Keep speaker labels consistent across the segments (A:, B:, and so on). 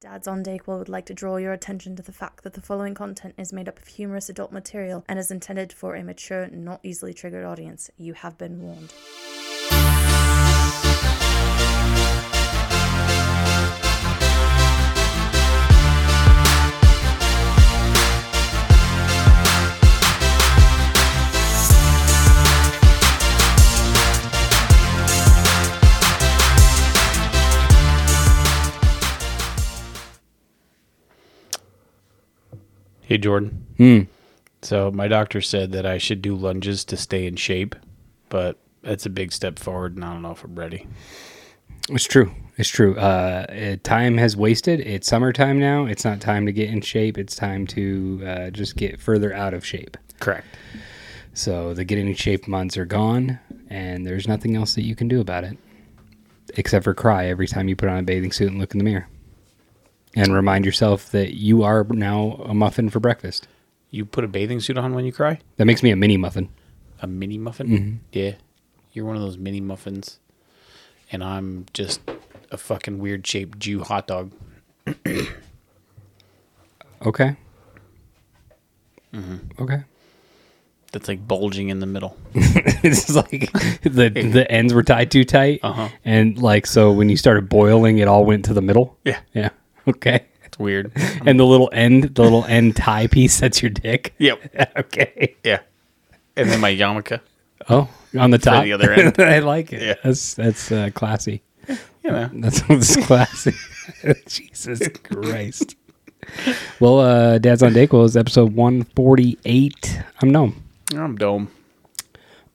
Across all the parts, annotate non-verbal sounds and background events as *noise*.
A: Dads on Dayquil would like to draw your attention to the fact that the following content is made up of humorous adult material and is intended for a mature, not easily triggered audience. You have been warned.
B: Hey Jordan. So my doctor said that I should do lunges to stay in shape, but that's a big step forward, and I don't know if I'm ready.
C: It's true. It's true. Uh, uh, time has wasted. It's summertime now. It's not time to get in shape. It's time to uh, just get further out of shape.
B: Correct.
C: So the getting in shape months are gone, and there's nothing else that you can do about it, except for cry every time you put on a bathing suit and look in the mirror, and remind yourself that you are now a muffin for breakfast.
B: You put a bathing suit on when you cry?
C: That makes me a mini muffin.
B: A mini muffin? Yeah. You're one of those mini muffins, and I'm just a fucking weird shaped Jew hot dog.
C: Okay. Okay.
B: That's like bulging in the middle.
C: *laughs* it's like the the ends were tied too tight,
B: Uh-huh.
C: and like so when you started boiling, it all went to the middle.
B: *laughs* Yeah.
C: Yeah. *laughs* Okay.
B: It's weird.
C: And the little end, the little end tie piece, that's your dick.
B: *laughs*
C: *laughs*
B: yep.
C: Okay.
B: Yeah. And then my yarmulke.
C: Oh, on the top.
B: the other end.
C: *laughs* I like it.
B: Yeah.
C: That's that's uh, classy.
B: You know.
C: That's, *laughs* that's classy. Jesus
B: *laughs*
C: Christ. well, uh, Dad's on Dayquil is episode one forty eight. I'm Gnome.
B: I'm dome.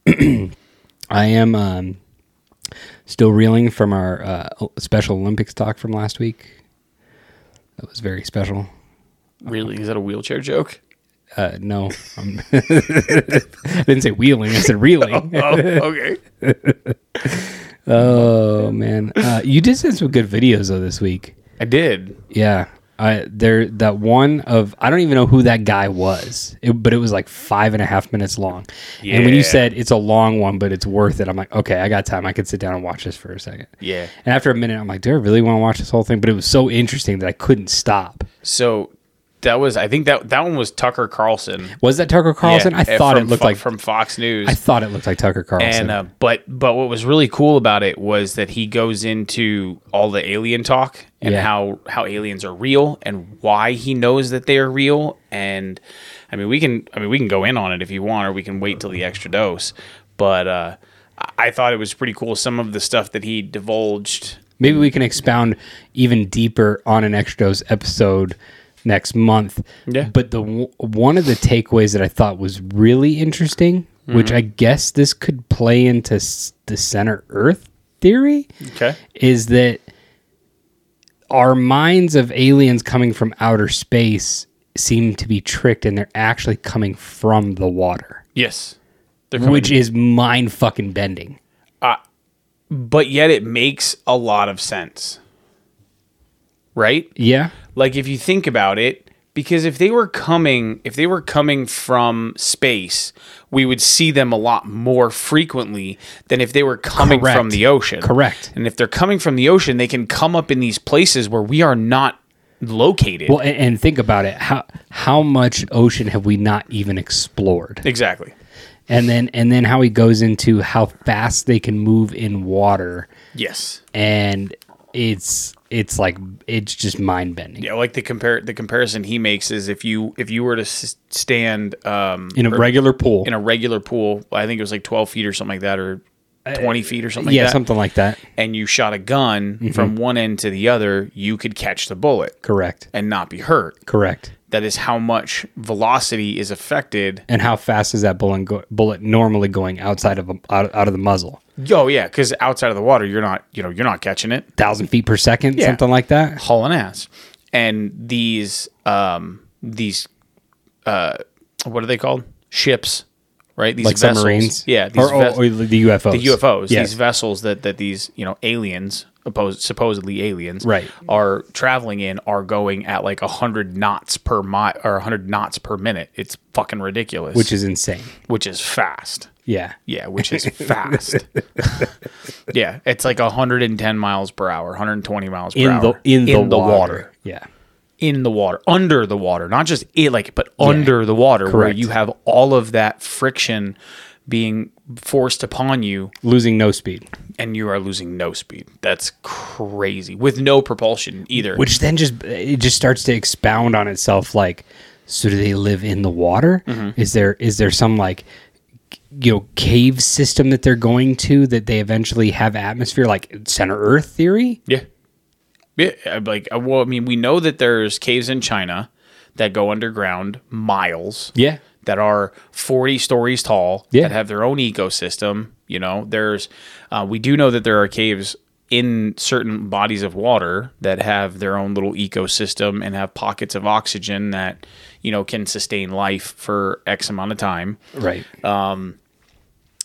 C: I am um, still reeling from our uh, o- Special Olympics talk from last week. That was very special.
B: Really? Is that a wheelchair *laughs* joke?
C: Uh, no, I'm *laughs* I didn't say wheeling. I said reeling.
B: Oh, okay.
C: Oh man, uh, you did send some good videos though this week.
B: I did.
C: Yeah, I there that one of I don't even know who that guy was, it, but it was like five and a half minutes long. And when
B: Yeah.
C: you said it's a long one, but it's worth it, I'm like, okay, I got time. I could sit down and watch this for a second.
B: Yeah.
C: And after a minute, I'm like, do I really want to watch this whole thing? But it was so interesting that I couldn't stop.
B: So that was I think that that one was Tucker Carlson.
C: Was that Tucker Carlson?
B: Yeah,
C: I
B: eh,
C: thought
B: from
C: it looked
B: Fo-
C: like
B: from Fox News.
C: I thought it looked like Tucker Carlson.
B: and uh, but but what was really cool about it was that he goes into all the alien talk and
C: Yeah.
B: how how aliens are real and why he knows that they are real and I mean we can I mean we can go in on it if you want or we can wait till the extra dose but uh I- I thought it was pretty cool some of the stuff that he divulged
C: Maybe we can expound even deeper on an extra dose episode next month.
B: Yeah.
C: But the w- one of the takeaways that I thought was really interesting,
B: Mm-hmm.
C: which I guess this could play into s- the center Earth theory,
B: okay
C: is that our minds of aliens coming from outer space seem to be tricked, and they're actually coming from the water,
B: yes They're coming-
C: which is mind fucking bending.
B: but yet it makes a lot of sense right
C: Yeah.
B: like if you think about it because if they were coming if they were coming from space we would see them a lot more frequently than if they were coming
C: Correct.
B: from the ocean
C: Correct.
B: and if they're coming from the ocean they can come up in these places where we are not located
C: Well, and, and think about it. How how much ocean have we not even explored?
B: exactly
C: And then and then how he goes into how fast they can move in water,
B: yes
C: and it's it's like it's just mind bending.
B: yeah like the compare the comparison he makes is if you if you were to s- stand um
C: In a regular pool,
B: in a regular pool i think it was like 12 feet or something like that or 20 feet or something like
C: yeah, Mm-hmm.
B: that.
C: something like that.
B: and you shot a gun from one end to the other, you could catch the bullet
C: Correct.
B: and not be hurt.
C: Correct.
B: That is how much velocity is affected.
C: And how fast is that bullet go- bullet normally going outside of a, out, out of the muzzle?
B: Oh yeah, because outside of the water, you're not you know you're not catching it,
C: Thousand feet per second,
B: Yeah.
C: something like that.
B: hauling ass. And these um these uh what are they called? Ships, right? These
C: Like
B: vessels.
C: submarines,
B: Yeah, these
C: or, or-
B: ves-
C: or the UFOs,
B: the UFOs,
C: Yes.
B: these vessels that that these you know aliens, opposed, supposedly aliens,
C: Right.
B: are traveling in are going at like hundred knots per mile or hundred knots per minute. It's fucking ridiculous.
C: which is insane.
B: which is fast.
C: Yeah,
B: Yeah, which
C: *laughs*
B: is fast. yeah, it's like 110 miles per hour, 120 miles per
C: In the-
B: hour
C: in the water. Yeah.
B: in the water, under the water, not just it, like, but under the water, where
C: correct.
B: you have all of that friction being forced upon you,
C: Losing no speed,
B: and you are losing no speed. That's crazy with no propulsion either.
C: which then just it just starts to expound on itself. Like, so do they live in the water? Is there is there some like you know cave system that they're going to that they eventually have atmosphere like center Earth theory?
B: yeah, yeah. I- Like, I- well, I mean, we know that there's caves in China that go underground miles.
C: Yeah.
B: that are 40 stories tall
C: Yeah.
B: that have their own ecosystem you know there's uh, we do know that there are caves in certain bodies of water that have their own little ecosystem and have pockets of oxygen that you know can sustain life for x amount of time
C: Right.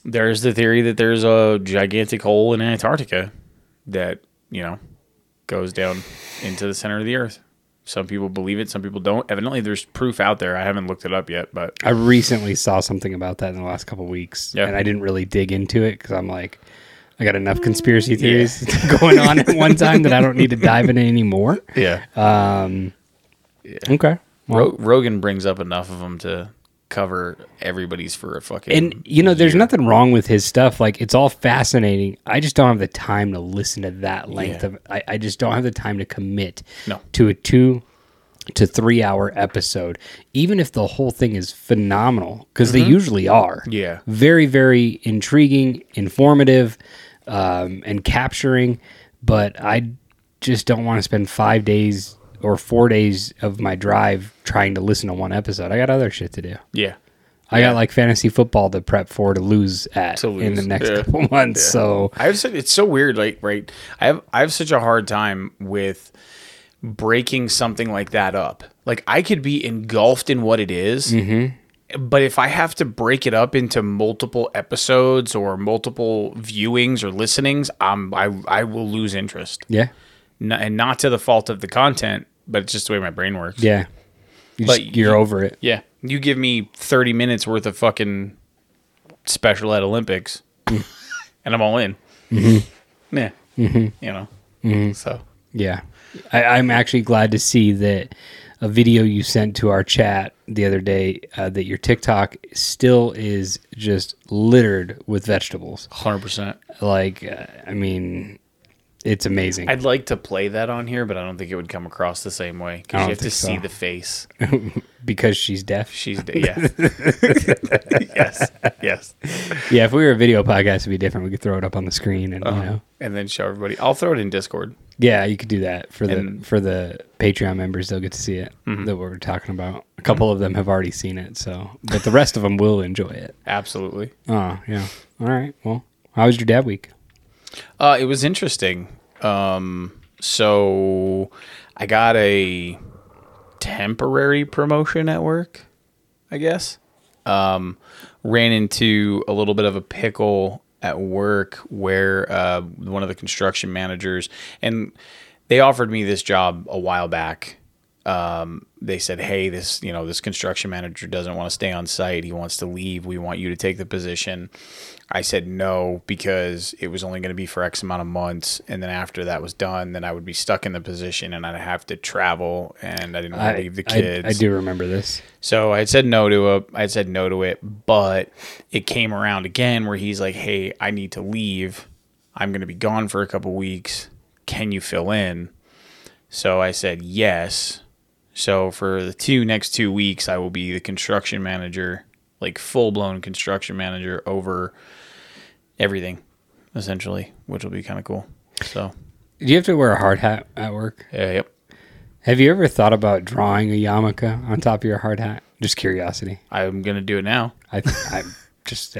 B: there's the theory that there's a gigantic hole in antarctica that you know goes down into the center of the earth some people believe it some people don't evidently there's proof out there i haven't looked it up yet but
C: I recently saw something about that in the last couple of weeks,
B: Yeah.
C: and I didn't really dig into it because I'm like, I got enough conspiracy theories *laughs* going on at one time that I don't need to dive in anymore.
B: yeah
C: *laughs* Okay.
B: Ro- Rogan brings up enough of them to cover everybody's for a fucking.
C: And you know, there's nothing wrong with his stuff. Like it's all fascinating. I just don't have the time to listen to that length
B: Yeah.
C: of. I, I just don't have the time to commit
B: No.
C: to a two to three hour episode, even if the whole thing is phenomenal, because they usually are.
B: Mm-hmm. Yeah.
C: very very intriguing, informative, um, and capturing. But I just don't want to spend five days or four days of my drive trying to listen to one episode. I got other shit to do.
B: yeah,
C: I got like fantasy football to prep for to lose at
B: To
C: in the
B: lose,
C: next
B: yeah.
C: couple *laughs* months. So
B: I have. Such, it's so weird. Like, right? I have. I have such a hard time with breaking something like that up. Like, I could be engulfed in what it is, But if I have to break it up into multiple episodes or multiple viewings or listenings, um, I I will lose interest,
C: yeah,
B: N- and not to the fault of the content, but it's just the way my brain works.
C: yeah, you
B: But
C: just, you're
B: you-
C: over it.
B: Yeah. You give me 30 minutes worth of fucking special ed *laughs* Olympics and I'm all in.
C: Mm-hmm.
B: *laughs* Yeah. You know, so
C: Yeah, I, I'm actually glad to see that a video you sent to our chat the other day uh, that your TikTok still is just littered with vegetables.
B: 100%.
C: Like, uh, I mean, it's amazing.
B: I'd like to play that on here, but I don't think it would come across the same way
C: I
B: because you
C: don't
B: have to
C: think so.
B: see the
C: *laughs*
B: face.
C: because she's deaf.
B: She's,
C: *laughs*
B: yeah. *laughs* yes. Yes.
C: Yeah, if we were a video podcast, it'd be different. We could throw it up on the screen and
B: Uh-huh.
C: you know.
B: And then show everybody. I'll throw it in Discord.
C: Yeah, you could do that for the
B: And- Mm-hmm.
C: for the Patreon members. They'll get to see it that we're talking about. A couple of them have already seen it, so but the rest of them will enjoy it.
B: Absolutely.
C: Oh yeah. All right. Well, how was your dad week?
B: Uh, it was interesting. Um, so I got a temporary promotion at work, I guess. Um, ran into a little bit of a pickle at work where uh, one of the construction managers and they offered me this job a while back. Um, they said, "Hey, this you know this construction manager doesn't want to stay on site. He wants to leave. We want you to take the position." I said no because it was only going to be for X amount of months, and then after that was done, then I would be stuck in the position, and I'd have to travel, and I didn't want to leave the kids.
C: I, I do remember this.
B: So I had said no to it. I had said no to it, but it came around again where he's like, "Hey, I need to leave. I'm going to be gone for a couple weeks. Can you fill in?" So I said yes. So for the two next two weeks, I will be the construction manager, like full blown construction manager over everything, essentially, which will be kind of cool. So
C: Do you have to wear a hard hat at work?
B: yeah, yep.
C: Have you ever thought about drawing a yarmulke on top of your hard hat? Just curiosity.
B: I'm gonna do it now.
C: I
B: *laughs*
C: I just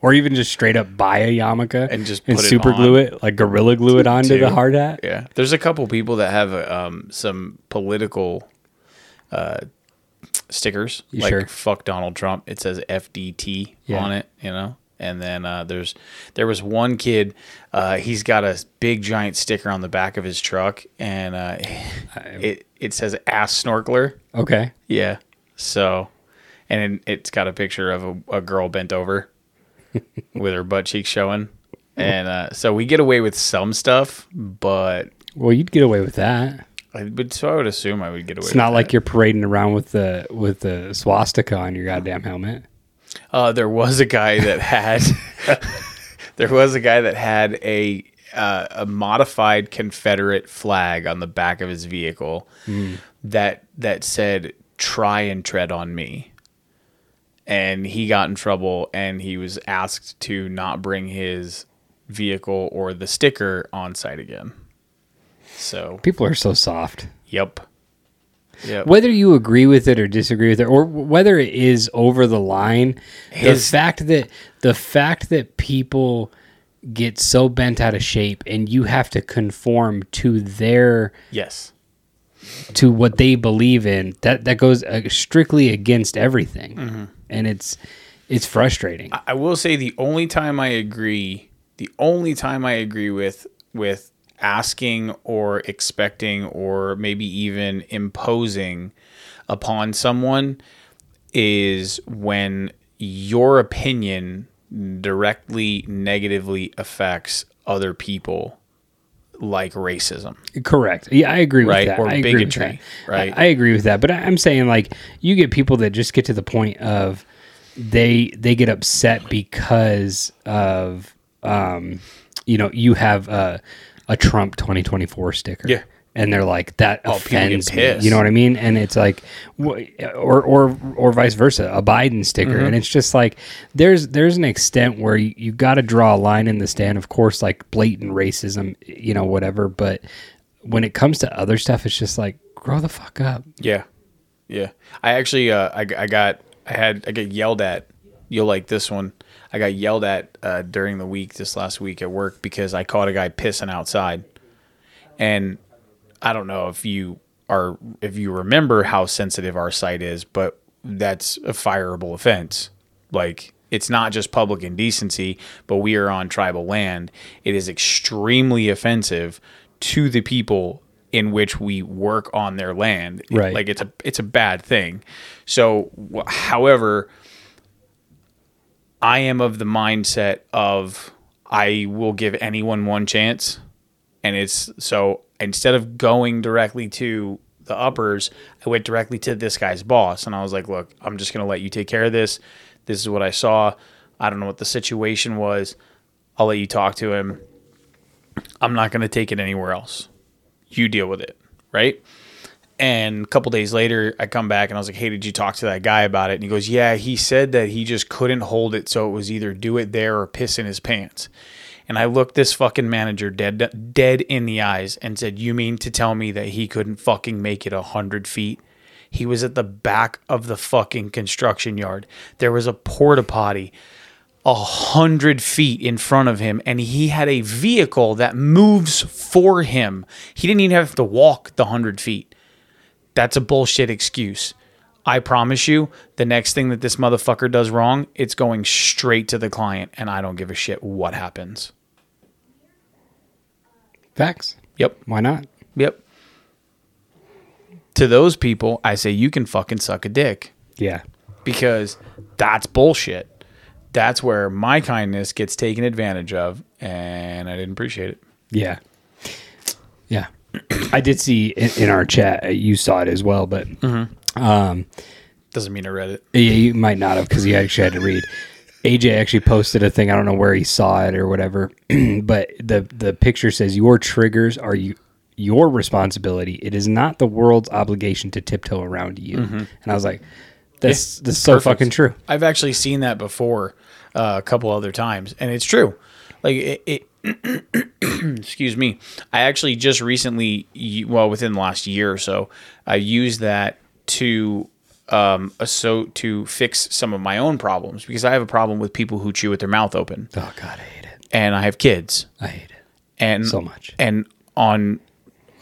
C: or even just straight up buy a yarmulke
B: And just
C: and
B: put it
C: super
B: on.
C: glue it like gorilla glue it onto
B: Dude.
C: the hard hat.
B: Yeah, there's a couple people that have uh, um, some political uh, stickers,
C: You
B: like
C: sure?
B: "fuck Donald Trump." It says FDT
C: Yeah.
B: on it, you know. And then uh, there's there was one kid. Uh, he's got a big giant sticker on the back of his truck, and uh, it it says "ass snorkeler."
C: Okay.
B: Yeah. So, and it- it's got a picture of a, a girl bent over
C: *laughs*
B: with her butt cheeks showing. And uh, so we get away with some stuff, but
C: Well, you'd get away with that.
B: I would, so I would assume I would get away.
C: It's not like you're parading around with the with the swastika on your goddamn helmet.
B: Uh, there was a guy that had *laughs* there was a guy that had a uh, a modified Confederate flag on the back of his vehicle
C: Mm.
B: that that said "Try and tread on me," and he got in trouble and he was asked to not bring his vehicle or the sticker on site again. So,
C: People are so soft.
B: yep, yep.
C: Whether you agree with it or disagree with it, or whether it is over the line,
B: His-
C: the fact that the fact that people get so bent out of shape and you have to conform to their
B: Yes.
C: to what they believe in that that goes uh, strictly against everything, and it's it's frustrating.
B: I will say the only time I agree, the only time I agree with with asking or expecting or maybe even imposing upon someone is when your opinion directly negatively affects other people like racism.
C: Correct. Yeah, I agree
B: Right,
C: with that.
B: or
C: I agree with
B: bigotry,
C: that.
B: right.
C: I, I agree with that. But I, I'm saying like you get people that just get to the point of they they get upset because of um you know you have a a Trump 2024 sticker.
B: Yeah.
C: And they're like that
B: Oh, people get
C: offends me.
B: pissed.
C: You know what I mean? And it's like, wh- or or or vice versa, a Biden sticker, and it's just like there's there's an extent where you, you got to draw a line in the stand. Of course, like blatant racism, you know, whatever. But when it comes to other stuff, it's just like grow the fuck up.
B: Yeah, yeah. I actually, uh, I, I got, I had, I got yelled at. You'll like this one. I got yelled at uh, during the week this last week at work because I caught a guy pissing outside, and I don't know if you are, if you remember how sensitive our site is, but that's a fireable offense. Like it's not just public indecency, but we are on tribal land. It is extremely offensive to the people in which we work on their land.
C: Right.
B: Like it's a it's a bad thing. So, wh- however, I am of the mindset of I will give anyone one chance, and it's so instead of going directly to the uppers, I went directly to this guy's boss, and I was like, "Look, I'm just gonna let you take care of this. This is what I saw. I don't know what the situation was. I'll let you talk to him. I'm not gonna take it anywhere else. You deal with it, right?" And a couple days later, I come back and I was like, "Hey, did you talk to that guy about it?" And he goes, "Yeah, he said that he just couldn't hold it, so it was either do it there or piss in his pants." And I looked this fucking manager dead dead in the eyes and said, "You mean to tell me that he couldn't fucking make it a hundred feet?" He was at the back of the fucking construction yard. There was a porta potty a hundred feet in front of him, and he had a vehicle that moves for him. He didn't even have to walk the hundred feet. That's a bullshit excuse. I promise you, the next thing that this motherfucker does wrong, it's going straight to the client, and I don't give a shit what happens.
C: Facts.
B: Yep.
C: Why not?
B: Yep. To those people, I say you can fucking suck a dick
C: Yeah.
B: because that's bullshit. That's where my kindness gets taken advantage of, and I didn't appreciate it.
C: Yeah. Yeah. *clears throat* I did see in, in our chat. uh, You saw it as well, but um,
B: Doesn't mean I read it.
C: Yeah, you might not have because he actually had to read. AJ actually posted a thing. I don't know where he saw it or whatever, *clears throat* but the the picture says your triggers are you your responsibility. It is not the world's obligation to tiptoe around you. And I was like, that's that's so
B: perfect.
C: fucking true.
B: I've actually seen that before uh, a couple other times, and it's true. Like it, it *clears throat* excuse me. I actually just recently, u- well, within the last year or so, I used that to um, so to fix some of my own problems because I have a problem with people who chew with their mouth open,
C: Oh God, I hate it.
B: and I have kids,
C: I hate it.
B: and
C: So much.
B: and on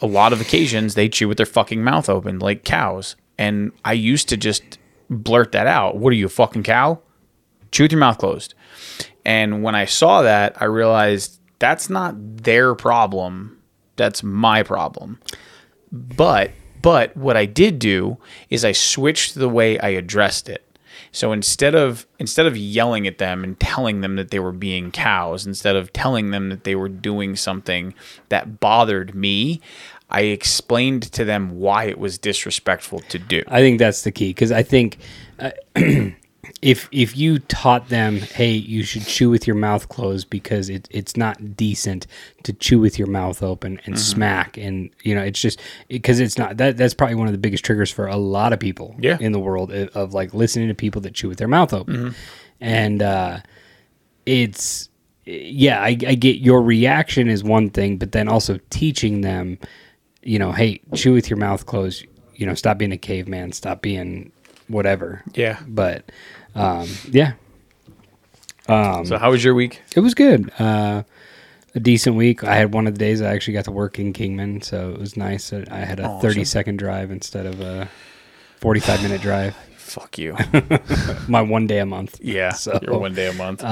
B: a lot of occasions they chew with their fucking mouth open like cows, and I used to just blurt that out. What are you a fucking cow? chew with your mouth closed. And when I saw that, I realized that's not their problem. That's my problem. But but what I did do is I switched the way I addressed it. So instead of instead of yelling at them and telling them that they were being cows, instead of telling them that they were doing something that bothered me, I explained to them why it was disrespectful to do.
C: I think that's the key because I think uh, *clears throat* if if you taught them, hey, you should chew with your mouth closed because it, it's not decent to chew with your mouth open and smack, and you know it's just because it's not that that's probably one of the biggest triggers for a lot of people
B: Yeah.
C: in the world of, of like listening to people that chew with their mouth open, and uh, it's yeah, I, I get your reaction is one thing, but then also teaching them, you know, hey, chew with your mouth closed. You know, stop being a caveman. Stop being whatever.
B: Yeah.
C: But um, yeah,
B: so how was your week?
C: it was good. Uh, a decent week. I had one of the days I actually got to work in Kingman, so it was nice. that I had a
B: Awesome.
C: thirty second drive instead of a forty five minute drive.
B: Fuck *laughs* you.
C: My one day a month.
B: Yeah,
C: *laughs* So um,
B: you're one day a month.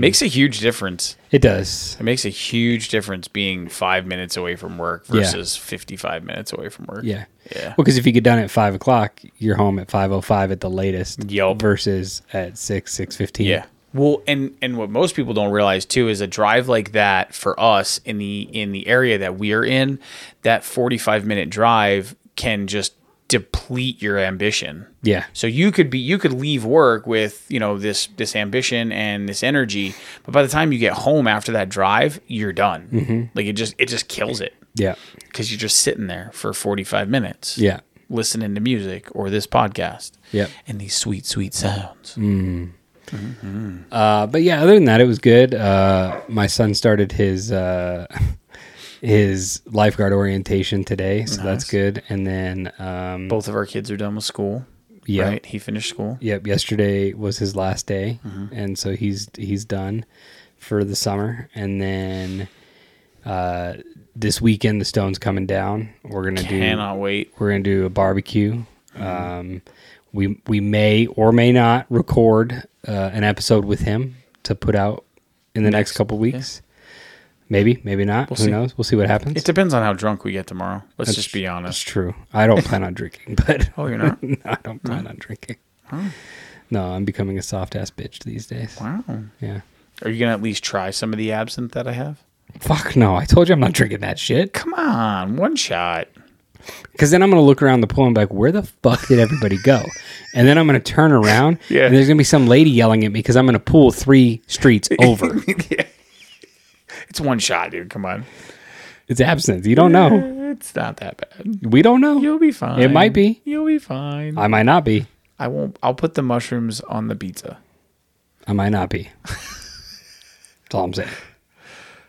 B: makes a huge difference.
C: it does.
B: It makes a huge difference being five minutes away from work
C: Yeah.
B: versus 55 minutes away from work.
C: Yeah.
B: Yeah.
C: Well, because if you get done at five o'clock, you're home at five o five at the latest.
B: Yup.
C: Versus at six six fifteen.
B: Yeah. Well, and and what most people don't realize too is a drive like that for us in the in the area that we're in, that 45 minute drive can just deplete your ambition.
C: Yeah.
B: So you could be you could leave work with, you know, this this ambition and this energy, but by the time you get home after that drive, you're done.
C: Mm-hmm.
B: Like it just it just kills it
C: Yeah.
B: cuz you're just sitting there for 45 minutes.
C: Yeah.
B: Listening to music or this podcast.
C: Yep.
B: And these sweet sweet sounds.
C: Uh, but yeah, other than that, it was good. Uh, my son started his uh, *laughs* his lifeguard orientation today, so that's good. And then um,
B: both of our kids are done with school.
C: Yeah.
B: Right? He finished school.
C: Yep, yesterday was his last day,
B: Mm-hmm.
C: and so he's he's done for the summer. And then uh, this weekend, the stone's coming down. We're gonna
B: Cannot wait.
C: do we're gonna do a barbecue. Um, we we may or may not record uh, an episode with him to put out in the next, couple weeks. Maybe, maybe not. Who
B: see.
C: knows? We'll see what happens.
B: It depends on how drunk we get tomorrow. Let's just be
C: It's
B: honest.
C: true. I don't plan on drinking, *laughs* but
B: Oh, you're not?
C: no, I don't plan on drinking. No, I'm becoming a soft ass bitch these days.
B: wow.
C: Yeah.
B: Are you gonna at least try some of the absinthe that I have?
C: Fuck no! I told you I'm not drinking that shit.
B: Come on, one
C: *laughs*
B: shot.
C: Because then I'm gonna look around the pool and be like, "Where the fuck did everybody go?" and then I'm gonna turn around,
B: Yeah.
C: and there's gonna be some lady yelling at me because I'm gonna pool three streets over.
B: It's one shot, dude. Come on.
C: it's absinthe. You don't know.
B: It's not that bad.
C: We don't know.
B: You'll be fine.
C: It might be.
B: You'll be fine. I,
C: I might not be.
B: won't I'll put the mushrooms on the pizza.
C: I might not be. That's all I'm saying.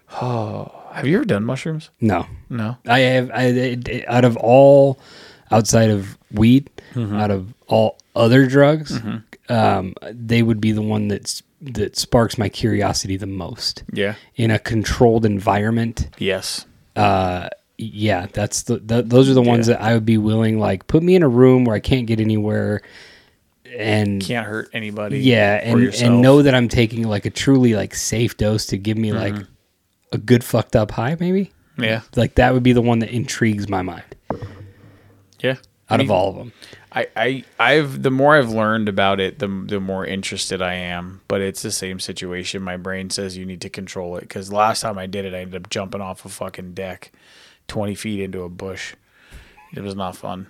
B: Have you ever done mushrooms?
C: No.
B: No.
C: I have I, it- it- out of all outside of weed, out of all other drugs, um, they would be the one that's that sparks my curiosity the most.
B: Yeah.
C: In a controlled environment,
B: Yes.
C: Uh, yeah, that's the th- those are the ones that I would be willing like put me in a room where I can't get anywhere and
B: Can't hurt anybody.
C: yeah,
B: or
C: and
B: yourself.
C: and know that I'm taking like a truly like safe dose to give me
B: Mm-hmm.
C: like a good fucked up high maybe.
B: Yeah.
C: Like that would be the one that intrigues my mind
B: Yeah.
C: out
B: I
C: of all of them.
B: I, I I've the more I've learned about it, the the more interested I am. But it's the same situation. My brain says you need to control it because last time I did it, I ended up jumping off a fucking deck, twenty feet into a bush. It was not fun.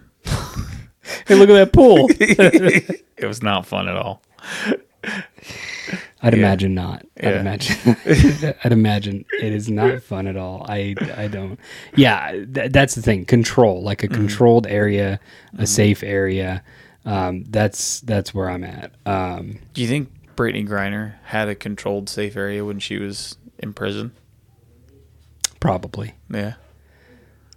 C: Hey, look at
B: *laughs*
C: that pool.
B: It was not fun at all.
C: I'd imagine not. I'd
B: Yeah. *laughs*
C: imagine. *laughs* I'd imagine it is not fun at all. I I don't. Yeah, th- that's the thing. Control, like a
B: Mm-hmm.
C: controlled area, a safe area. Um, that's that's where I'm at. Um,
B: Do you think Brittany Griner had a controlled safe area when she was in prison?
C: probably,
B: Yeah.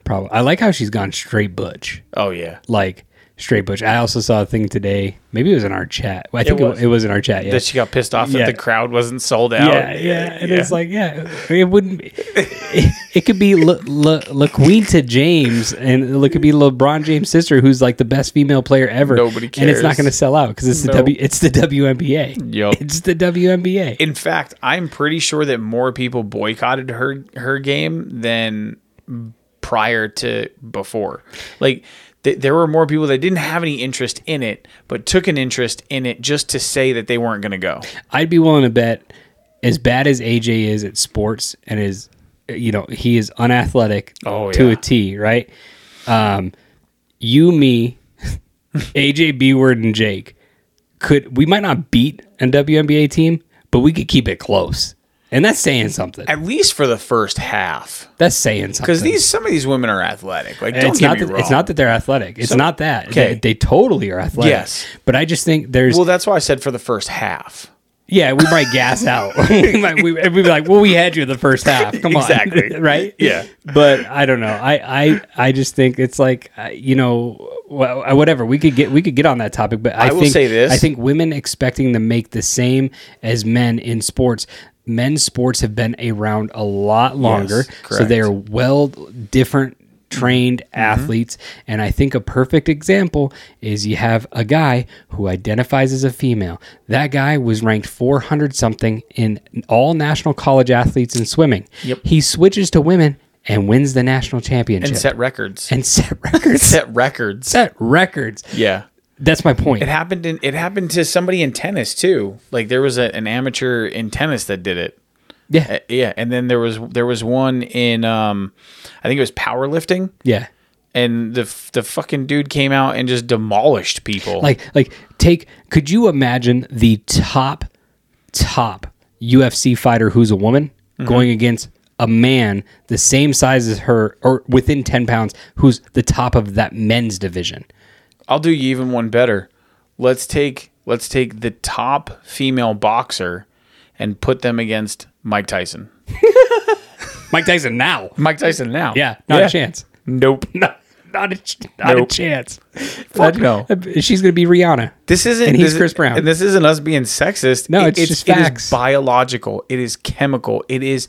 C: probably. I like how she's gone straight butch,
B: Oh yeah.
C: like straight butch. I also saw a thing today. Maybe it was in our chat. I think it wa-
B: was.
C: it was in our chat. Yeah.
B: That she got pissed off
C: Yeah.
B: that the crowd wasn't sold
C: yeah,
B: out.
C: yeah, and it's like, yeah, it wouldn't. Be, it, could be La, La, LaQuinta James, and it could be LeBron James' sister, who's like the best female player ever.
B: Nobody
C: and it's not
B: cares.
C: going to sell out because it's the
B: No.
C: W. It's the WNBA.
B: Yup.
C: it's the WNBA.
B: In fact, I'm pretty sure that more people boycotted her her game than prior to before. Like th- there were more people that didn't have any interest in it, but took an interest in it just to say that they weren't going to go.
C: I'd be willing to bet, as bad as AJ is at sports and as you know, he is unathletic
B: Oh,
C: to
B: yeah.
C: a T, right? Um, you, me, *laughs* AJ, B Word, and Jake could, we might not beat a WNBA team, but we could keep it close. And that's saying something.
B: At least for the first half,
C: That's saying something.
B: because these some of these women are athletic. Like,
C: And
B: don't
C: it's
B: get
C: not
B: me
C: that,
B: wrong.
C: It's not that they're athletic. It's not that.
B: okay.
C: They, they totally are athletic.
B: Yes.
C: But I just think there's
B: well, that's why I said for the first half.
C: Yeah, we might gas out. *laughs* we might we, we'd be like, well, we had you the first half. Come on,
B: Exactly.
C: *laughs* right?
B: Yeah.
C: but I don't know. I I I just think it's like uh, you know, wha- uh, whatever. We could get we could get on that topic, but I,
B: I will
C: think,
B: say this.
C: I think women expecting to make the same as men in sports. Men's sports have been around a lot longer, so they
B: correct.
C: are well different trained
B: Mm-hmm.
C: athletes and i think a perfect example is you have a guy who identifies as a female that guy was ranked 400 something in all national college athletes in swimming
B: Yep.
C: he switches to women and wins the national championship
B: and set records.
C: and set
B: *laughs*
C: records
B: set records.
C: set records
B: Yeah.
C: that's my point
B: It happened in it happened to somebody in tennis too. Like there was a, an amateur in tennis that did it.
C: yeah
B: Uh, Yeah, and then there was there was one in um I think it was powerlifting
C: yeah
B: and the f- the fucking dude came out and just demolished people.
C: like like take could you imagine the top top UFC fighter who's a woman going against a man the same size as her or within 10 pounds who's the top of that men's division
B: I'll do you even one better. Let's take let's take the top female boxer and put them against Mike Tyson.
C: Mike Tyson now
B: Mike Tyson now.
C: yeah not a chance
B: Nope.
C: *laughs* no, not a, ch- not
B: Nope.
C: a chance uh,
B: Fuck no.
C: she's gonna be Rihanna
B: This isn't
C: And he's
B: this-
C: Chris Brown.
B: And this isn't us being sexist.
C: No,
B: It-
C: it's just
B: it is
C: facts.
B: biological. It is chemical. It is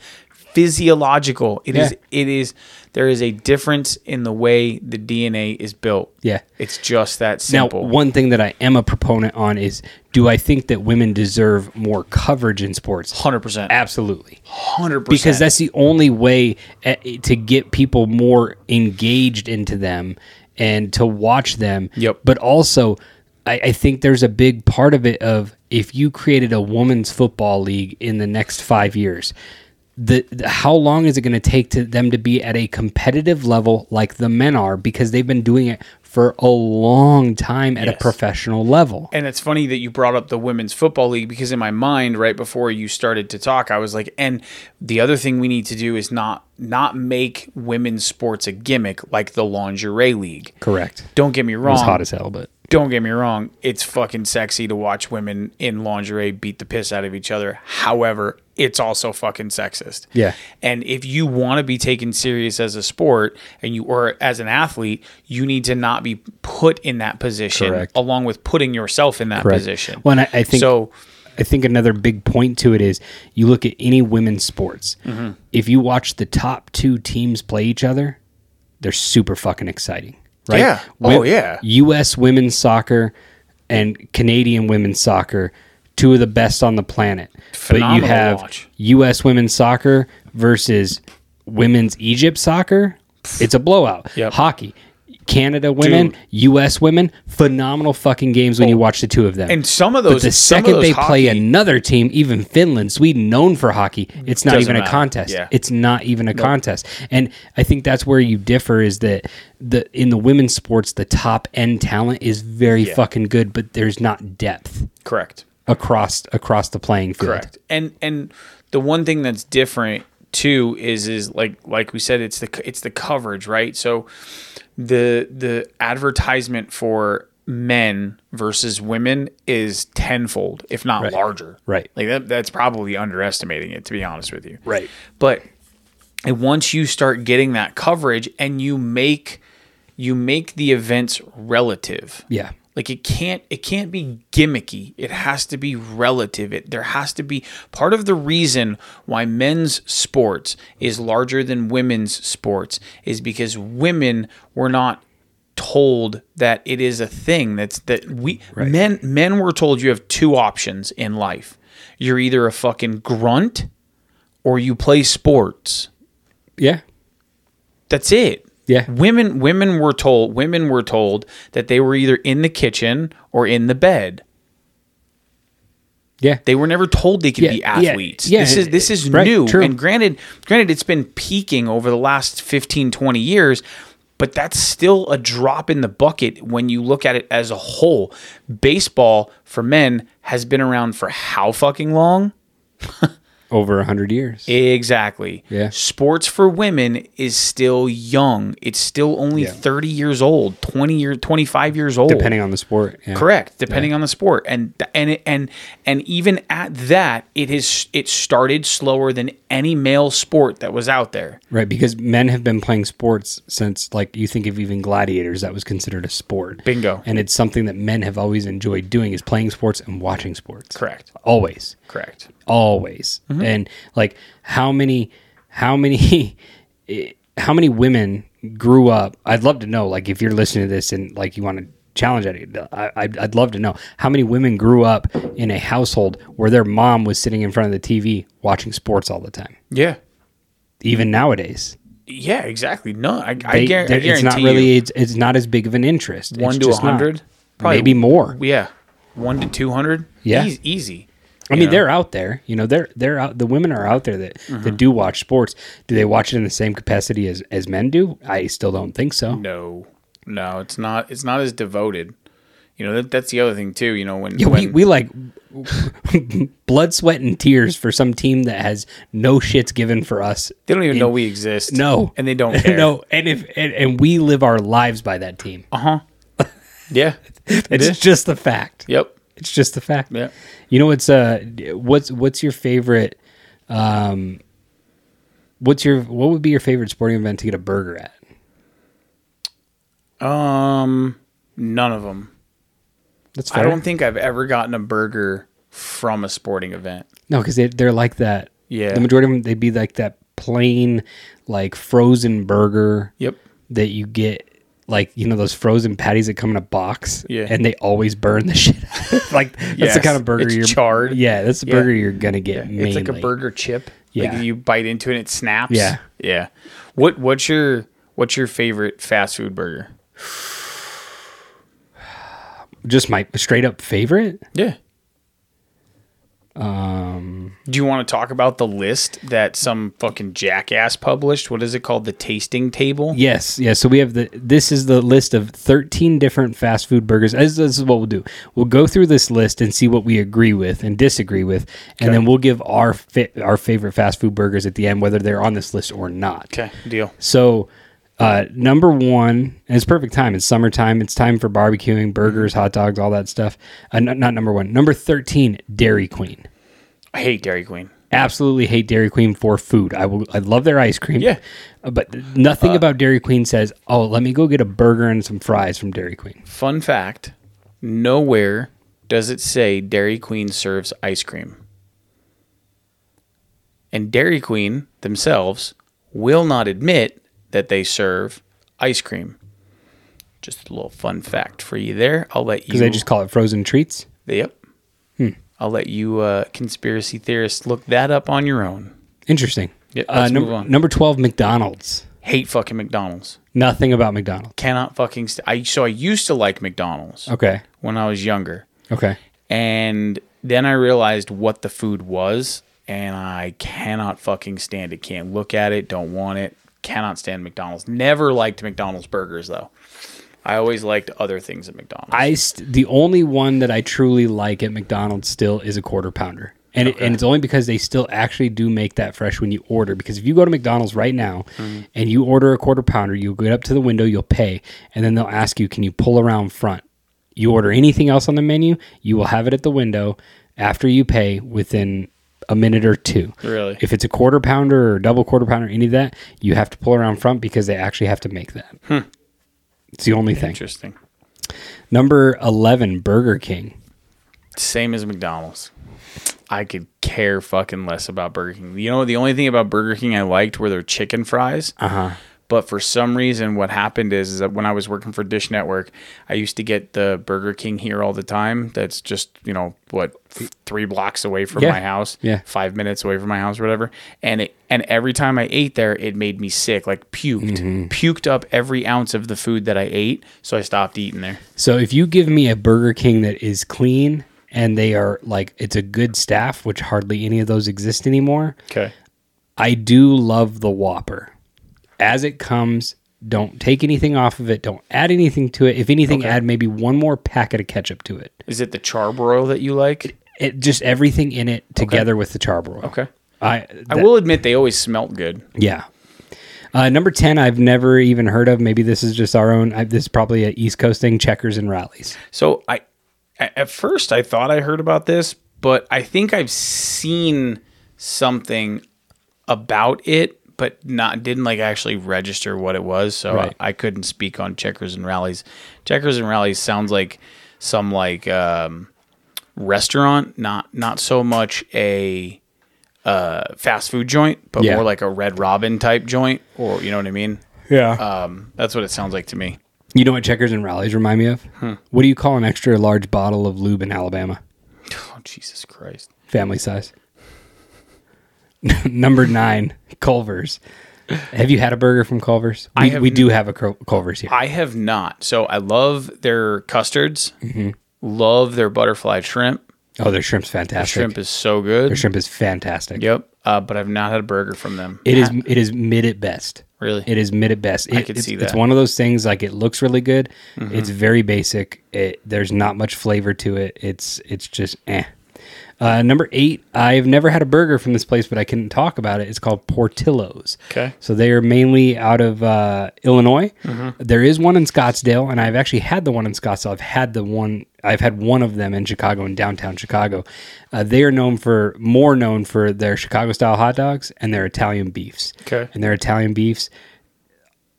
B: physiological. It is. it is there is a difference in the way the DNA is built.
C: Yeah.
B: It's just that simple.
C: Now, one thing that I am a proponent on is do I think that women deserve more coverage in sports?
B: 100%.
C: Absolutely.
B: 100%.
C: because that's the only way eh, to get people more engaged into them and to watch them.
B: Yep.
C: But also, I, I think there's a big part of it of if you created a women's football league in the next five years. The, the- how long is it going to take to them to be at a competitive level like the men are because they've been doing it for a long time at a
B: Yes.
C: professional level.
B: And it's funny that you brought up the women's football league because in my mind, right before you started to talk, I was like, and the other thing we need to do is not not make women's sports a gimmick like the lingerie league.
C: Correct.
B: Don't get me wrong.
C: It's hot as hell, but
B: don't get me wrong, it's fucking sexy to watch women in lingerie beat the piss out of each other. However, it's also fucking sexist.
C: Yeah.
B: And if you want to be taken serious as a sport and you or as an athlete, you need to not be put in that position
C: Correct.
B: along with putting yourself in that
C: Correct.
B: position.
C: Well, and I- I think-
B: so
C: I think another big point to it is you look at any women's sports.
B: Mm-hmm.
C: If you watch the top two teams play each other, they're super fucking exciting, right?
B: Yeah.
C: Wo-
B: Oh, yeah.
C: U.S. women's soccer and Canadian women's soccer, two of the best on the planet. but you
B: Phenomenal
C: have
B: watch.
C: U.S. women's soccer versus women's Egypt soccer. It's a blowout.
B: Yep.
C: Hockey. Canada women,
B: Dude. Oh.
C: U.S. women, phenomenal fucking games when you watch the two of them.
B: and some of those
C: But the
B: some of
C: second
B: those
C: they
B: hockey-
C: play another team, even Finland, Sweden, known for hockey, it's not
B: Doesn't
C: even a
B: matter.
C: contest.
B: Yeah.
C: It's not even a contest. And I think that's where you differ is that the in the women's sports, the top end talent is very fucking good, but there's not depth
B: correct.
C: across across the playing field.
B: correct and and the one thing that's different too is is like like we said it's the c- it's the coverage right so the the advertisement for men versus women is tenfold if not larger
C: Right.
B: like that, that's probably underestimating it to be honest with you
C: Right.
B: but and once you start getting that coverage and you make you make the events relative
C: Yeah.
B: like it can't it can't be gimmicky. It has to be relative. It there has to be part of the reason why men's sports is larger than women's sports is because women were not told that it is a thing that's that we men men were told you have two options in life. You're either a fucking grunt or you play sports.
C: Yeah.
B: That's it.
C: Yeah.
B: Women women were told women were told that they were either in the kitchen or in the bed.
C: Yeah.
B: They were never told they could
C: Yeah,
B: be
C: yeah,
B: athletes.
C: yeah,
B: this is this is
C: right,
B: new.
C: true.
B: And granted, granted it's been peaking over the last 15 20 years, but that's still a drop in the bucket when you look at it as a whole. Baseball for men has been around for how fucking long?
C: Over a hundred years.
B: Exactly.
C: Yeah.
B: Sports for women is still young. It's still only
C: Yeah.
B: 30 years old, 20 year 25 years old.
C: depending on the sport. Yeah.
B: Correct, depending on the sport, and th- and it- and and even at that, it is it started slower than any male sport that was out there.
C: Right, because men have been playing sports since, like, you think of even gladiators, that was considered a sport.
B: Bingo.
C: And it's something that men have always enjoyed doing is playing sports and watching sports.
B: Correct,
C: Always.
B: correct. Mm-hmm.
C: Always. And, like, how many, how many, *laughs* eh, how many women grew up? I'd love to know, like, if you're listening to this and, like, you want to challenge it, I, I'd, I'd love to know how many women grew up in a household where their mom was sitting in front of the TV watching sports all the time,
B: Yeah,
C: even nowadays.
B: yeah, exactly. No, I, I,
C: they-
B: guar- I
C: there-
B: guarantee
C: it's not
B: you,
C: really it's, it's not as big of an interest.
B: one
C: It's
B: to a
C: just not.
B: hundred,
C: maybe more.
B: Yeah, one to two hundred.
C: Yeah.
B: easy. easy
C: I
B: you
C: mean,
B: know?
C: they're out there. You know, they're they're out. The women are out there that
B: Mm-hmm.
C: that do watch sports. Do they watch it in the same capacity as as men do? I still don't think so.
B: no, no. It's not. It's not as devoted. You know that, that's the other thing too. You know when
C: Yeah,
B: when
C: we, we like *laughs* blood, sweat, and tears for some team that has no shits given for us.
B: they don't even know we exist.
C: No,
B: and they don't care.
C: *laughs* no, and if and, and we live our lives by that team.
B: Uh-huh.
C: *laughs*
B: Yeah.
C: it's just the fact.
B: Yep.
C: It's just a fact.
B: Yeah.
C: You know what's uh what's what's your favorite um what's your what would be your favorite sporting event to get a burger at?
B: Um, none of them.
C: That's
B: I
C: fair.
B: don't think I've ever gotten a burger from a sporting event.
C: no, because they they're like that.
B: Yeah.
C: The majority of them they'd be like that plain like frozen burger
B: Yep.
C: that you get like you know those frozen patties that come in a box
B: Yeah.
C: and they always burn the *laughs* shit out. like that's the
B: Yes.
C: kind of burger
B: It's
C: you're
B: charred.
C: yeah that's the
B: Yeah.
C: burger you're gonna get mainly.
B: It's like a burger chip.
C: Yeah.
B: Like you bite into it and it snaps.
C: Yeah.
B: Yeah. What what's your what's your favorite fast food burger?
C: just my straight up favorite
B: Yeah. Um Do you want to talk about the list that some fucking jackass published? What is it called? The tasting table?
C: Yes, yes. So we have the. This is the list of thirteen different fast food burgers. This, this is what we'll do. We'll go through this list and see what we agree with and disagree with, and then we'll give our fi- our favorite fast food burgers at the end, whether they're on this list or not.
B: Okay, deal.
C: So, uh, number one, and it's perfect time. It's summertime. It's time for barbecuing, burgers, hot dogs, all that stuff. Uh, n- not number one. Number thirteen, Dairy Queen.
B: I hate Dairy Queen.
C: Absolutely hate Dairy Queen for food. I will. I love their ice cream.
B: Yeah.
C: Uh, but nothing about Dairy Queen says, "Oh, let me go get a burger and some fries from Dairy Queen."
B: Fun fact nowhere does it say Dairy Queen serves ice cream. And Dairy Queen themselves will not admit that they serve ice cream. Just a little fun fact for you there. I'll let you.
C: Because they just call it frozen treats.
B: Yep. Hmm. I'll let you uh, conspiracy theorists look that up on your own.
C: Interesting.
B: Yeah,
C: Uh,
B: let's
C: num-
B: move on.
C: Number twelve, McDonald's.
B: Hate fucking McDonald's.
C: Nothing about McDonald's.
B: Cannot fucking. St- I so I used to like McDonald's
C: Okay.
B: when I was younger.
C: Okay.
B: And then I realized what the food was, and I cannot fucking stand it. Can't look at it, don't want it, cannot stand McDonald's. Never liked McDonald's burgers, though. I always liked other things at McDonald's.
C: I st- the only one that I truly like at McDonald's still is a quarter pounder. And, it, and it's only because they still actually do make that fresh when you order. Because if you go to McDonald's right now and you order a quarter pounder, you get up to the window, you'll pay, and then they'll ask you, can you pull around front? You order anything else on the menu, you will have it at the window after you pay within a minute or two.
B: Really?
C: If it's a quarter pounder or a double quarter pounder, any of that, you have to pull around front because they actually have to make that. It's the only thing.
B: Interesting.
C: Number 11, Burger King.
B: Same as McDonald's. I could care fucking less about Burger King. You know, the only thing about Burger King I liked were their chicken fries. Uh huh. But for some reason, what happened is, is that when I was working for Dish Network, I used to get the Burger King here all the time. That's just, you know, what, f- three blocks away from
C: Yeah.
B: my house,
C: Yeah.
B: five minutes away from my house, whatever. And it, and every time I ate there, it made me sick, like puked, puked up every ounce of the food that I ate. So I stopped eating there.
C: So if you give me a Burger King that is clean and they are like it's a good staff, which hardly any of those exist anymore.
B: Okay.
C: I do love the Whopper. As it comes, don't take anything off of it. Don't add anything to it. If anything, add maybe one more packet of ketchup to it.
B: Is it the charbroil that you like?
C: It just everything in it together with the charbroil.
B: Okay.
C: I
B: I will admit they always smelt good.
C: Yeah. Uh, number 10, I've never even heard of. Maybe this is just our own. I, this is probably an East Coast thing checkers and rallies.
B: So I, a- at first, I thought I heard about this, but I think I've seen something about it, but not didn't like actually register what it was. So
C: Right.
B: I, I couldn't speak on checkers and rallies. Checkers and rallies sounds like some like um, restaurant, not not so much a uh, fast food joint, but
C: Yeah.
B: more like a Red Robin type joint, or you know what I mean.
C: Yeah.
B: Um, that's what it sounds like to me.
C: you know what checkers and rallies remind me of? What do you call an extra large bottle of lube in Alabama?
B: Oh Jesus Christ!
C: Family size. *laughs* number nine, Culver's. Have you had a burger from Culver's? We,
B: have
C: we do have a Cul- Culver's here.
B: I have not. So I love their custards.
C: Mm-hmm.
B: Love their butterfly shrimp.
C: oh, their shrimp's fantastic.
B: Shrimp is so good.
C: their shrimp is fantastic.
B: Yep. Uh, but I've not had a burger from them.
C: It is it is mid at best.
B: Really?
C: It is mid at best. It,
B: could
C: it's,
B: see
C: It's
B: that. Mm-hmm.
C: one of those things like it looks really good. It's very basic. It there's not much flavor to it. It's it's just eh. Uh, number eight, I've never had a burger from this place, but I can talk about it. It's called Portillo's.
B: Okay.
C: So they are mainly out of uh, Illinois.
B: Mm-hmm.
C: There is one in Scottsdale, and I've actually had the one in Scottsdale. I've had the one. I've had one of them in Chicago, in downtown Chicago. Uh, they are known for more known for their Chicago style hot dogs and their Italian beefs.
B: Okay.
C: And their Italian beefs,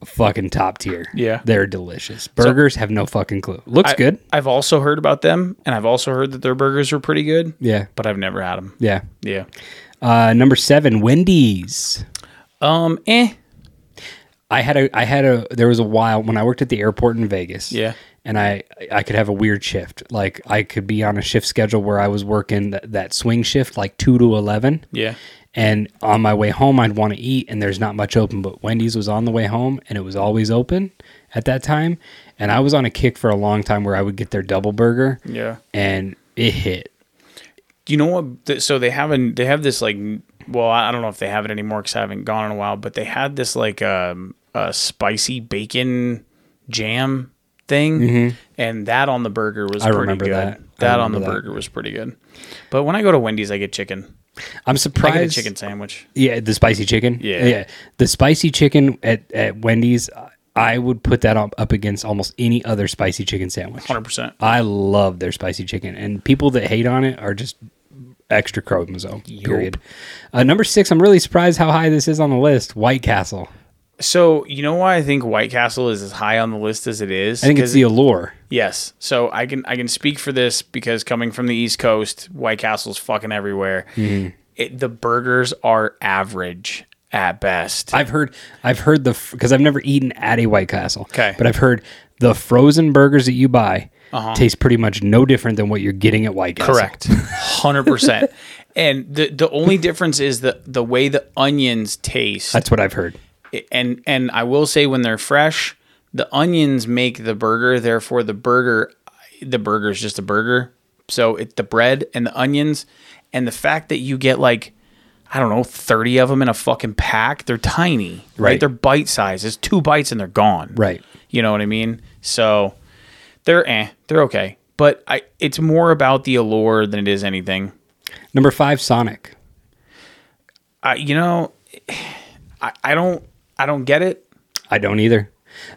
C: fucking top tier.
B: Yeah.
C: They're delicious. Burgers have no fucking clue. Looks
B: I-
C: good.
B: I've also heard about them, and I've also heard that their burgers are pretty good.
C: Yeah.
B: But I've never had them.
C: Yeah.
B: Yeah.
C: Uh, number seven, Wendy's.
B: Um. Eh.
C: I had a I had a there was a while when I worked at the airport in Vegas.
B: Yeah.
C: And I I could have a weird shift. Like I could be on a shift schedule where I was working th- that swing shift like 2 to 11.
B: Yeah.
C: And on my way home I'd want to eat and there's not much open, but Wendy's was on the way home and it was always open at that time. And I was on a kick for a long time where I would get their double burger
B: Yeah.
C: and it hit.
B: Do you know what? th- So they haven't. They have this like. n- Well, I I don't know if they have it anymore because I haven't gone in a while. But they had this like um, a spicy bacon jam thing, and that on the burger was
C: Mm-hmm. I
B: pretty
C: remember
B: good.
C: that.
B: That,
C: I
B: on the
C: remember that.
B: burger was pretty good. But when I go to Wendy's, I get chicken.
C: I'm
B: I get a
C: surprised
B: chicken sandwich.
C: Yeah, the spicy chicken.
B: Yeah.
C: yeah, the spicy chicken at at Wendy's. I would put that up up against almost any other spicy chicken sandwich.
B: Hundred percent.
C: I love their spicy chicken, and people that hate on it are just extra chromosome. Period. Uh, number six, I'm really surprised how high this is on the list. White Castle.
B: So you know why I think White Castle is as high on the list as it is?
C: I think it's
B: 'Cause-
C: the allure.
B: Yes. So I can I can speak for this because coming from the East Coast, White Castle's fucking everywhere. It, the burgers are average at best.
C: I've heard, I've heard the because I've never eaten at a White Castle.
B: 'Kay.
C: but I've heard the frozen burgers that you buy taste pretty much no different than what you're getting at White Castle.
B: Uh-huh. Correct. 100%. and the the only difference is the the way the onions taste.
C: That's what I've heard.
B: and and I will say when they're fresh, the onions make the burger. Therefore, the burger, the burger is just a burger. So it the bread and the onions, and the fact that you get like, I don't know, thirty of them in a fucking pack. They're tiny, right?
C: Right.
B: They're bite sized. It's two bites and they're gone,
C: Right.
B: You know what I mean? So they're eh, they're okay. But I, it's more about the allure than it is anything.
C: Number five, Sonic.
B: I, you know, I, I don't, I don't get it.
C: I don't either.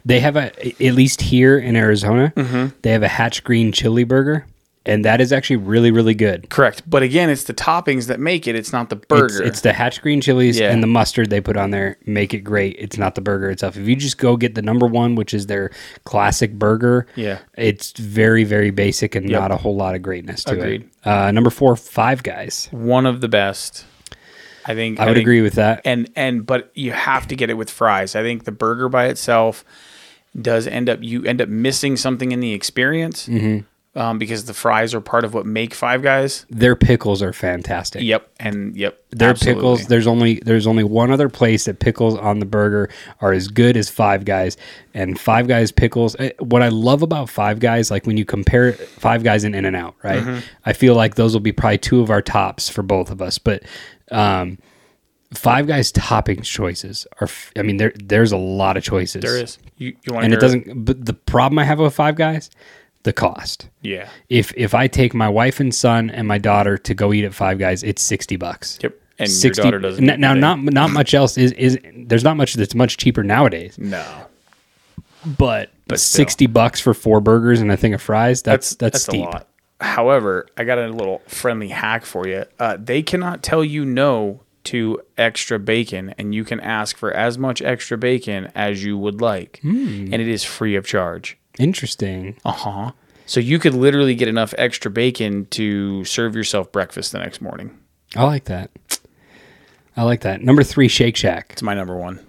C: They have a at least here in Arizona,
B: Mm-hmm.
C: they have a hatch green chili burger, and that is actually really really good.
B: Correct. But again, it's the toppings that make it. It's not the
C: It's,
B: burger.
C: it's the hatch green chilies
B: Yeah.
C: and the mustard they put on there make it great. It's not the burger itself. If you just go get the number one, which is their classic burger,
B: Yeah.
C: it's very very basic and not a whole lot of greatness to
B: Agreed.
C: it. Uh, number four, Five Guys.
B: one of the best. I think
C: I would
B: think-
C: agree with that.
B: And and but you have to get it with fries. I think the burger by itself does end up you end up missing something in the experience.
C: Mm-hmm.
B: um, because the fries are part of what make Five Guys.
C: Their pickles are fantastic.
B: Yep, and yep,
C: Their
B: absolutely.
C: pickles. There's only there's only one other place that pickles on the burger are as good as Five Guys, and Five Guys pickles. eh, What I love about Five Guys, like when you compare Five Guys and In and Out, right?
B: Mm-hmm.
C: I feel like those will be probably two of our tops for both of us. But um, Five Guys topping choices are, f- I mean, there there's a lot of choices.
B: There is. You, you want
C: and it doesn't. But the problem I have with Five Guys, the cost.
B: Yeah.
C: If if I take my wife and son and my daughter to go eat at Five Guys, it's sixty bucks.
B: Yep. And your daughter doesn't eat
C: N- now,
B: today.
C: not
B: *laughs*
C: not much else is is there's not much that's much cheaper nowadays.
B: No.
C: But but
B: still.
C: sixty bucks for four burgers and a thing of fries. That's that's, steep.
B: However, I got a little friendly hack for you. Uh, they cannot tell you no to extra bacon, and you can ask for as much extra bacon as you would like,
C: Hmm.
B: and it is free of charge.
C: Interesting.
B: Uh huh. So you could literally get enough extra bacon to serve yourself breakfast the next morning.
C: I like that. I like that. Number three, Shake Shack.
B: It's my number one.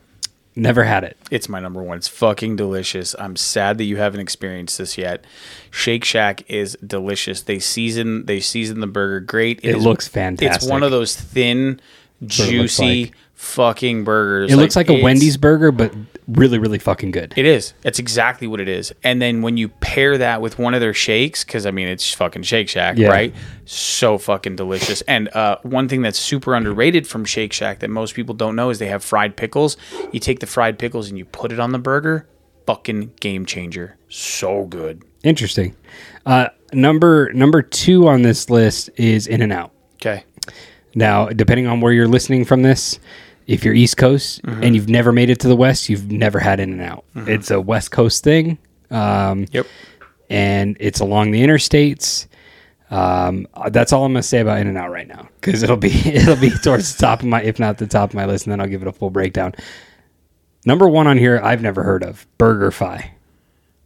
C: Never had it.
B: It's my number one. It's fucking delicious. I'm sad that you haven't experienced this yet. Shake Shack is delicious. They season they season the burger great.
C: It
B: is-
C: looks fantastic.
B: It's one of those thin,
C: what it looks
B: juicy
C: like.
B: fucking burgers.
C: It looks like a
B: it's-
C: Wendy's burger, but really really fucking good.
B: It is. That's exactly what it is. And then when you pair that with one of their shakes, because I mean it's fucking Shake Shack,
C: Yeah.
B: right? So fucking delicious. And uh, one thing that's super underrated from Shake Shack that most people don't know is they have fried pickles. You take the fried pickles and you put it on the burger. Fucking game changer. So good.
C: Interesting. Uh, number number two on this list is In and Out.
B: Okay.
C: Now, depending on where you're listening from this, if you're East Coast and you've never made it to the West, you've never had In and Out. It's a West Coast thing, um,
B: *laughs* Yep.
C: and it's along the interstates. Um, uh, that's all I'm gonna say about In and Out right now, because it'll be *laughs* it'll be towards the top of my, if not the top of my list, and then I'll give it a full breakdown. Number one on here, I've never heard of BurgerFi.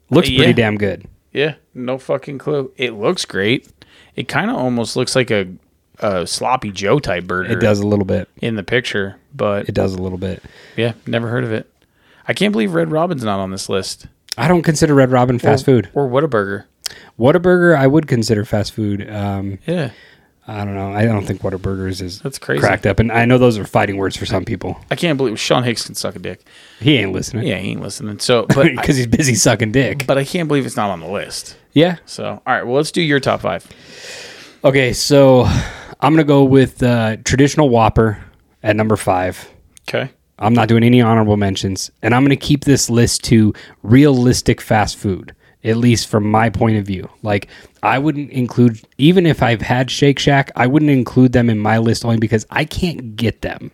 C: Looks
B: Yeah.
C: pretty damn good.
B: Yeah. No fucking clue. It looks great. It kind of almost looks like a, a sloppy Joe type burger.
C: It does a little bit.
B: in the picture, but
C: It does a little bit.
B: Yeah, never heard of it. I can't believe Red Robin's not on this list.
C: I don't consider Red Robin fast food.
B: Or Whataburger.
C: Whataburger, I would consider fast food. Um,
B: Yeah.
C: I don't know. I don't think Whataburgers is
B: That's crazy.
C: cracked up. And I know those are fighting words for some people.
B: I can't believe Sean Hicks can suck a dick.
C: He ain't listening.
B: Yeah, he ain't listening. So
C: *laughs*
B: but I,
C: Because he's busy sucking dick.
B: but I can't believe it's not on the list.
C: Yeah.
B: So all right, well let's do your top five.
C: Okay, so I'm going to go with uh, traditional Whopper at number five.
B: Okay.
C: I'm not doing any honorable mentions. And I'm going to keep this list to realistic fast food, at least from my point of view. Like, I wouldn't include, even if I've had Shake Shack, I wouldn't include them in my list only because I can't get them.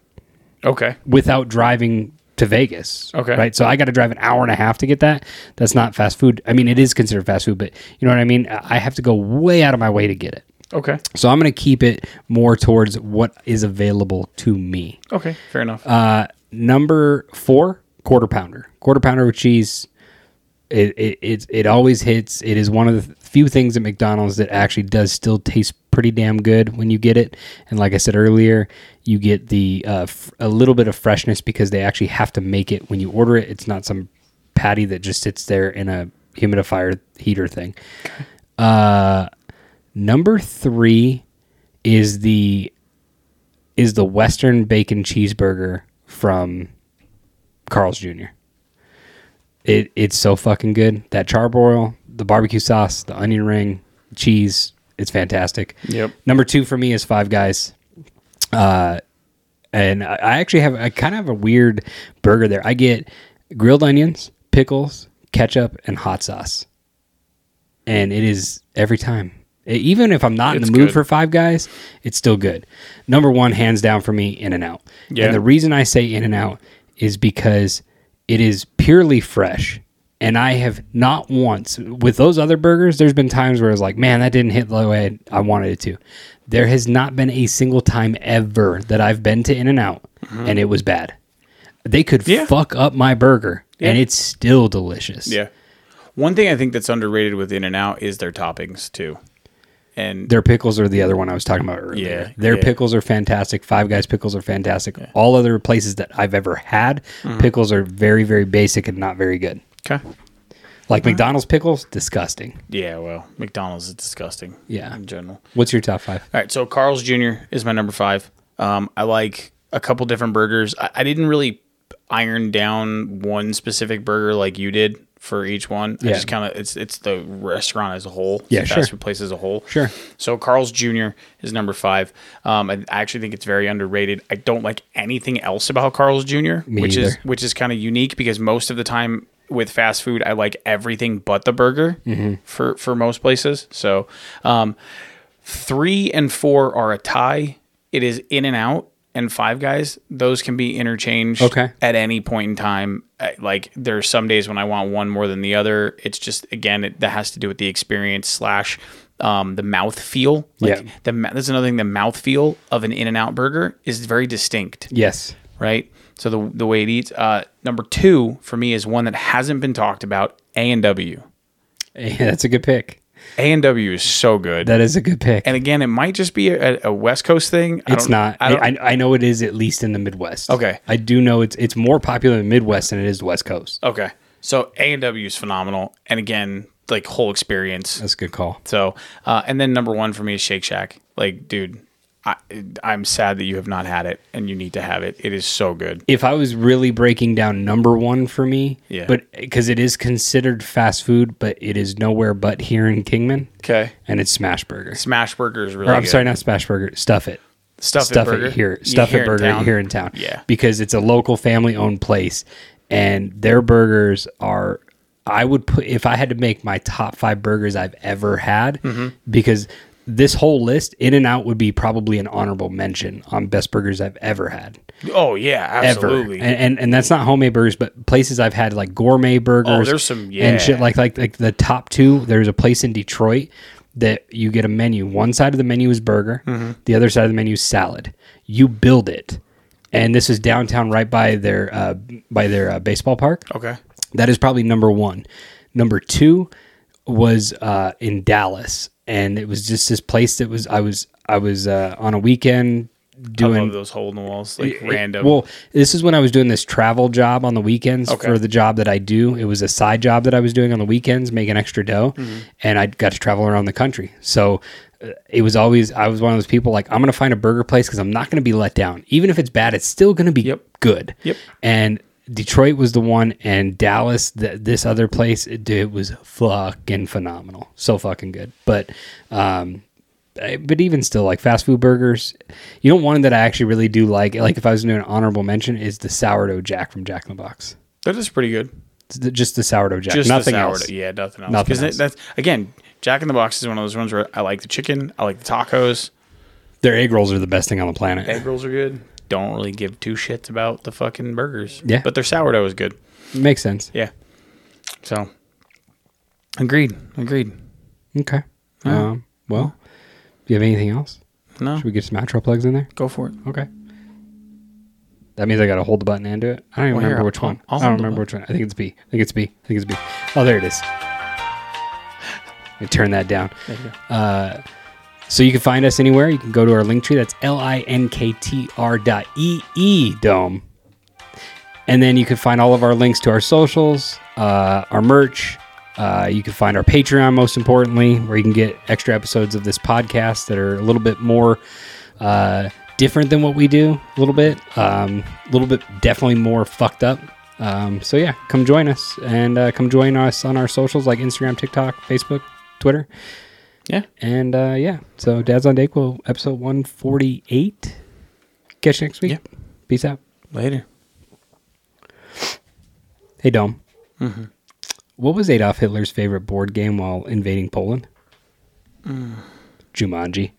B: Okay.
C: without driving to Vegas.
B: Okay.
C: Right. So I got to drive an hour and a half to get that. That's not fast food. I mean, it is considered fast food, but you know what I mean? I I have to go way out of my way to get it.
B: Okay.
C: So I'm going to keep it more towards what is available to me.
B: Okay. Fair enough.
C: Uh, number four, quarter pounder. Quarter pounder with cheese. It, it it it always hits. It is one of the few things at McDonald's that actually does still taste pretty damn good when you get it. And like I said earlier, you get the uh, f- a little bit of freshness because they actually have to make it when you order it. It's not some patty that just sits there in a humidifier heater thing. Uh, number three is the is the Western bacon cheeseburger from Carl's Jr. It it's so fucking good. That charbroil, the barbecue sauce, the onion ring, cheese, it's fantastic.
B: Yep.
C: Number two for me is Five Guys. Uh, and I, I actually have I kind of have a weird burger there. I get grilled onions, pickles, ketchup, and hot sauce, and it is every time. E- Even if I'm not
B: It's
C: in the mood
B: good.
C: for Five Guys, it's still good. Number one, hands down for me, In and Out.
B: Yeah.
C: And the reason I say In and Out is because it is purely fresh. And I have not once with those other burgers. There's been times where it's like, man, that didn't hit the way I wanted it to. There has not been a single time ever that I've been to In and Out and it was bad. They could
B: Mm-hmm. Yeah.
C: fuck up my burger and
B: Yeah.
C: it's still delicious.
B: yeah. One thing I think that's underrated with In and Out is their toppings too. And
C: Their pickles are the other one I was talking about earlier.
B: Yeah,
C: Their
B: yeah.
C: pickles are fantastic. Five Guys pickles are fantastic. All other
B: Mm-hmm.
C: places that I've ever had, pickles are very, very basic and not very good.
B: okay.
C: Like McDonald's pickles, disgusting.
B: Yeah, well, McDonald's is disgusting.
C: Yeah.
B: in general.
C: What's your top five?
B: All right, so Carl's Jr. is my number five. Um, I like a couple different burgers. I, I didn't really iron down one specific burger like you did for each one. I
C: Yeah.
B: just kind of it's it's the restaurant as a whole.
C: Yeah,
B: the
C: sure.
B: Fast food place as a whole.
C: Sure.
B: So Carl's Jr. is number five. Um, I I actually think it's very underrated. I don't like anything else about Carl's Jr.,
C: Me
B: which is
C: either.
B: which is kind of unique because most of the time with fast food, I like everything but the burger
C: Mm-hmm.
B: for for most places. So, um, three and four are a tie. It is In and Out and Five Guys. Those can be interchanged
C: Okay.
B: at any point in time. I- Like there are some days when I want one more than the other. It's just again it, that has to do with the experience slash um, the mouth feel. Like
C: Yeah.
B: the ma- that's another thing. The mouth feel of an In and Out burger is very distinct
C: Yes. *laughs*
B: right? So the the way it eats. Uh, number two for me is one that hasn't been talked about. A and W.
C: Yeah, that's a good pick.
B: A and W is so good.
C: That is a good pick.
B: and again, it might just be a, a West Coast thing. I
C: It's
B: don't-
C: not.
B: I
C: I,
B: don't-
C: I, I know it is at least in the Midwest.
B: Okay.
C: I do know it's it's more popular in the Midwest than it is the West Coast.
B: okay. So A and W is phenomenal. And again, like whole experience.
C: That's a good call.
B: So uh, and then number one for me is Shake Shack. Like, dude, I, I'm sad that you have not had it, and you need to have it. It is so good.
C: If I was really breaking down number one for me,
B: Yeah.
C: but because it is considered fast food, but it is nowhere but here in Kingman,
B: Okay.
C: and it's Smash Burger.
B: Smash Burger is really.
C: Or I'm
B: good.
C: sorry, not Smash Burger. Stuff it.
B: Stuff,
C: stuff
B: it, burger.
C: it here.
B: Yeah,
C: Stuff it
B: in
C: burger
B: town.
C: here in town.
B: Yeah.
C: Because it's a local family owned place and their burgers are I would put if I had to make my top five burgers I've ever had
B: Mm-hmm.
C: because this whole list, In and Out would be probably an honorable mention on best burgers I've ever had.
B: Oh yeah,
C: Ever.
B: absolutely.
C: And, and and that's not homemade burgers, but places I've had like gourmet burgers.
B: Oh, there's some- yeah.
C: and shit like like like the top two. There's a place in Detroit that you get a menu. One side of the menu is burger,
B: Mm-hmm.
C: the other side of the menu is salad. You build it, and this is downtown, right by their uh, by their uh, baseball park.
B: okay.
C: That is probably number one. Number two was uh, in Dallas, and it was just this place that was I was I was uh, on a weekend
B: I
C: doing
B: love those hole in the walls, like
C: it-
B: random.
C: Well, this is when I was doing this travel job on the weekends
B: Okay.
C: for the job that I do. It was a side job that I was doing on the weekends, making extra dough,
B: Mm-hmm.
C: and I got to travel around the country. So uh, it was always I was one of those people like I'm going to find a burger place because I'm not going to be let down, even if it's bad. It's still going to be
B: Yep.
C: good.
B: Yep.
C: And Detroit was the one, and Dallas, th- this other place, it, dude, it was fucking phenomenal, so fucking good. But, um, I- but even still, like fast food burgers, you know, one that I actually really do like, like if I was doing an honorable mention, is the sourdough jack from Jack in the Box.
B: that is pretty good.
C: It's the- just the sourdough jack,
B: Just
C: nothing
B: the sourdough.
C: else.
B: Yeah, nothing else.
C: Nothing
B: Because
C: else.
B: that's again, Jack in the Box is one of those ones where I like the chicken, I like the tacos,
C: Their egg rolls are the best thing on the planet.
B: egg rolls are good. Don't really give two shits about the fucking burgers.
C: Yeah.
B: but their sourdough is good.
C: Makes sense.
B: Yeah. So, agreed. Agreed.
C: Okay. Um, well, do you have anything else?
B: No,
C: Should we get some outro plugs in there?
B: go for it.
C: Okay. That means I gotta hold the button and do it. I don't even
B: Well, here,
C: remember which
B: I'll-
C: one.
B: I'll
C: I don't
B: hold the
C: remember which one. I think it's B. I think it's B. I think it's B. Oh, there it is. Let me turn that down. Uh, So you can find us anywhere. You can go to our link tree. That's L I N K T R dot E E dome. And then you can find all of our links to our socials, uh, our merch. Uh, you can find our Patreon, most importantly, where you can get extra episodes of this podcast that are a little bit more uh, different than what we do, a little bit, um, a little bit definitely more fucked up. Um, so yeah, come join us and uh, come join us on our socials like Instagram, TikTok, Facebook, Twitter.
B: Yeah.
C: And uh, yeah, so Dad's on Dayquil, episode 148. Catch you next week.
B: Yeah.
C: Peace out.
B: Later.
C: Hey, Dom. What was Adolf Hitler's favorite board game while invading Poland? Jumanji.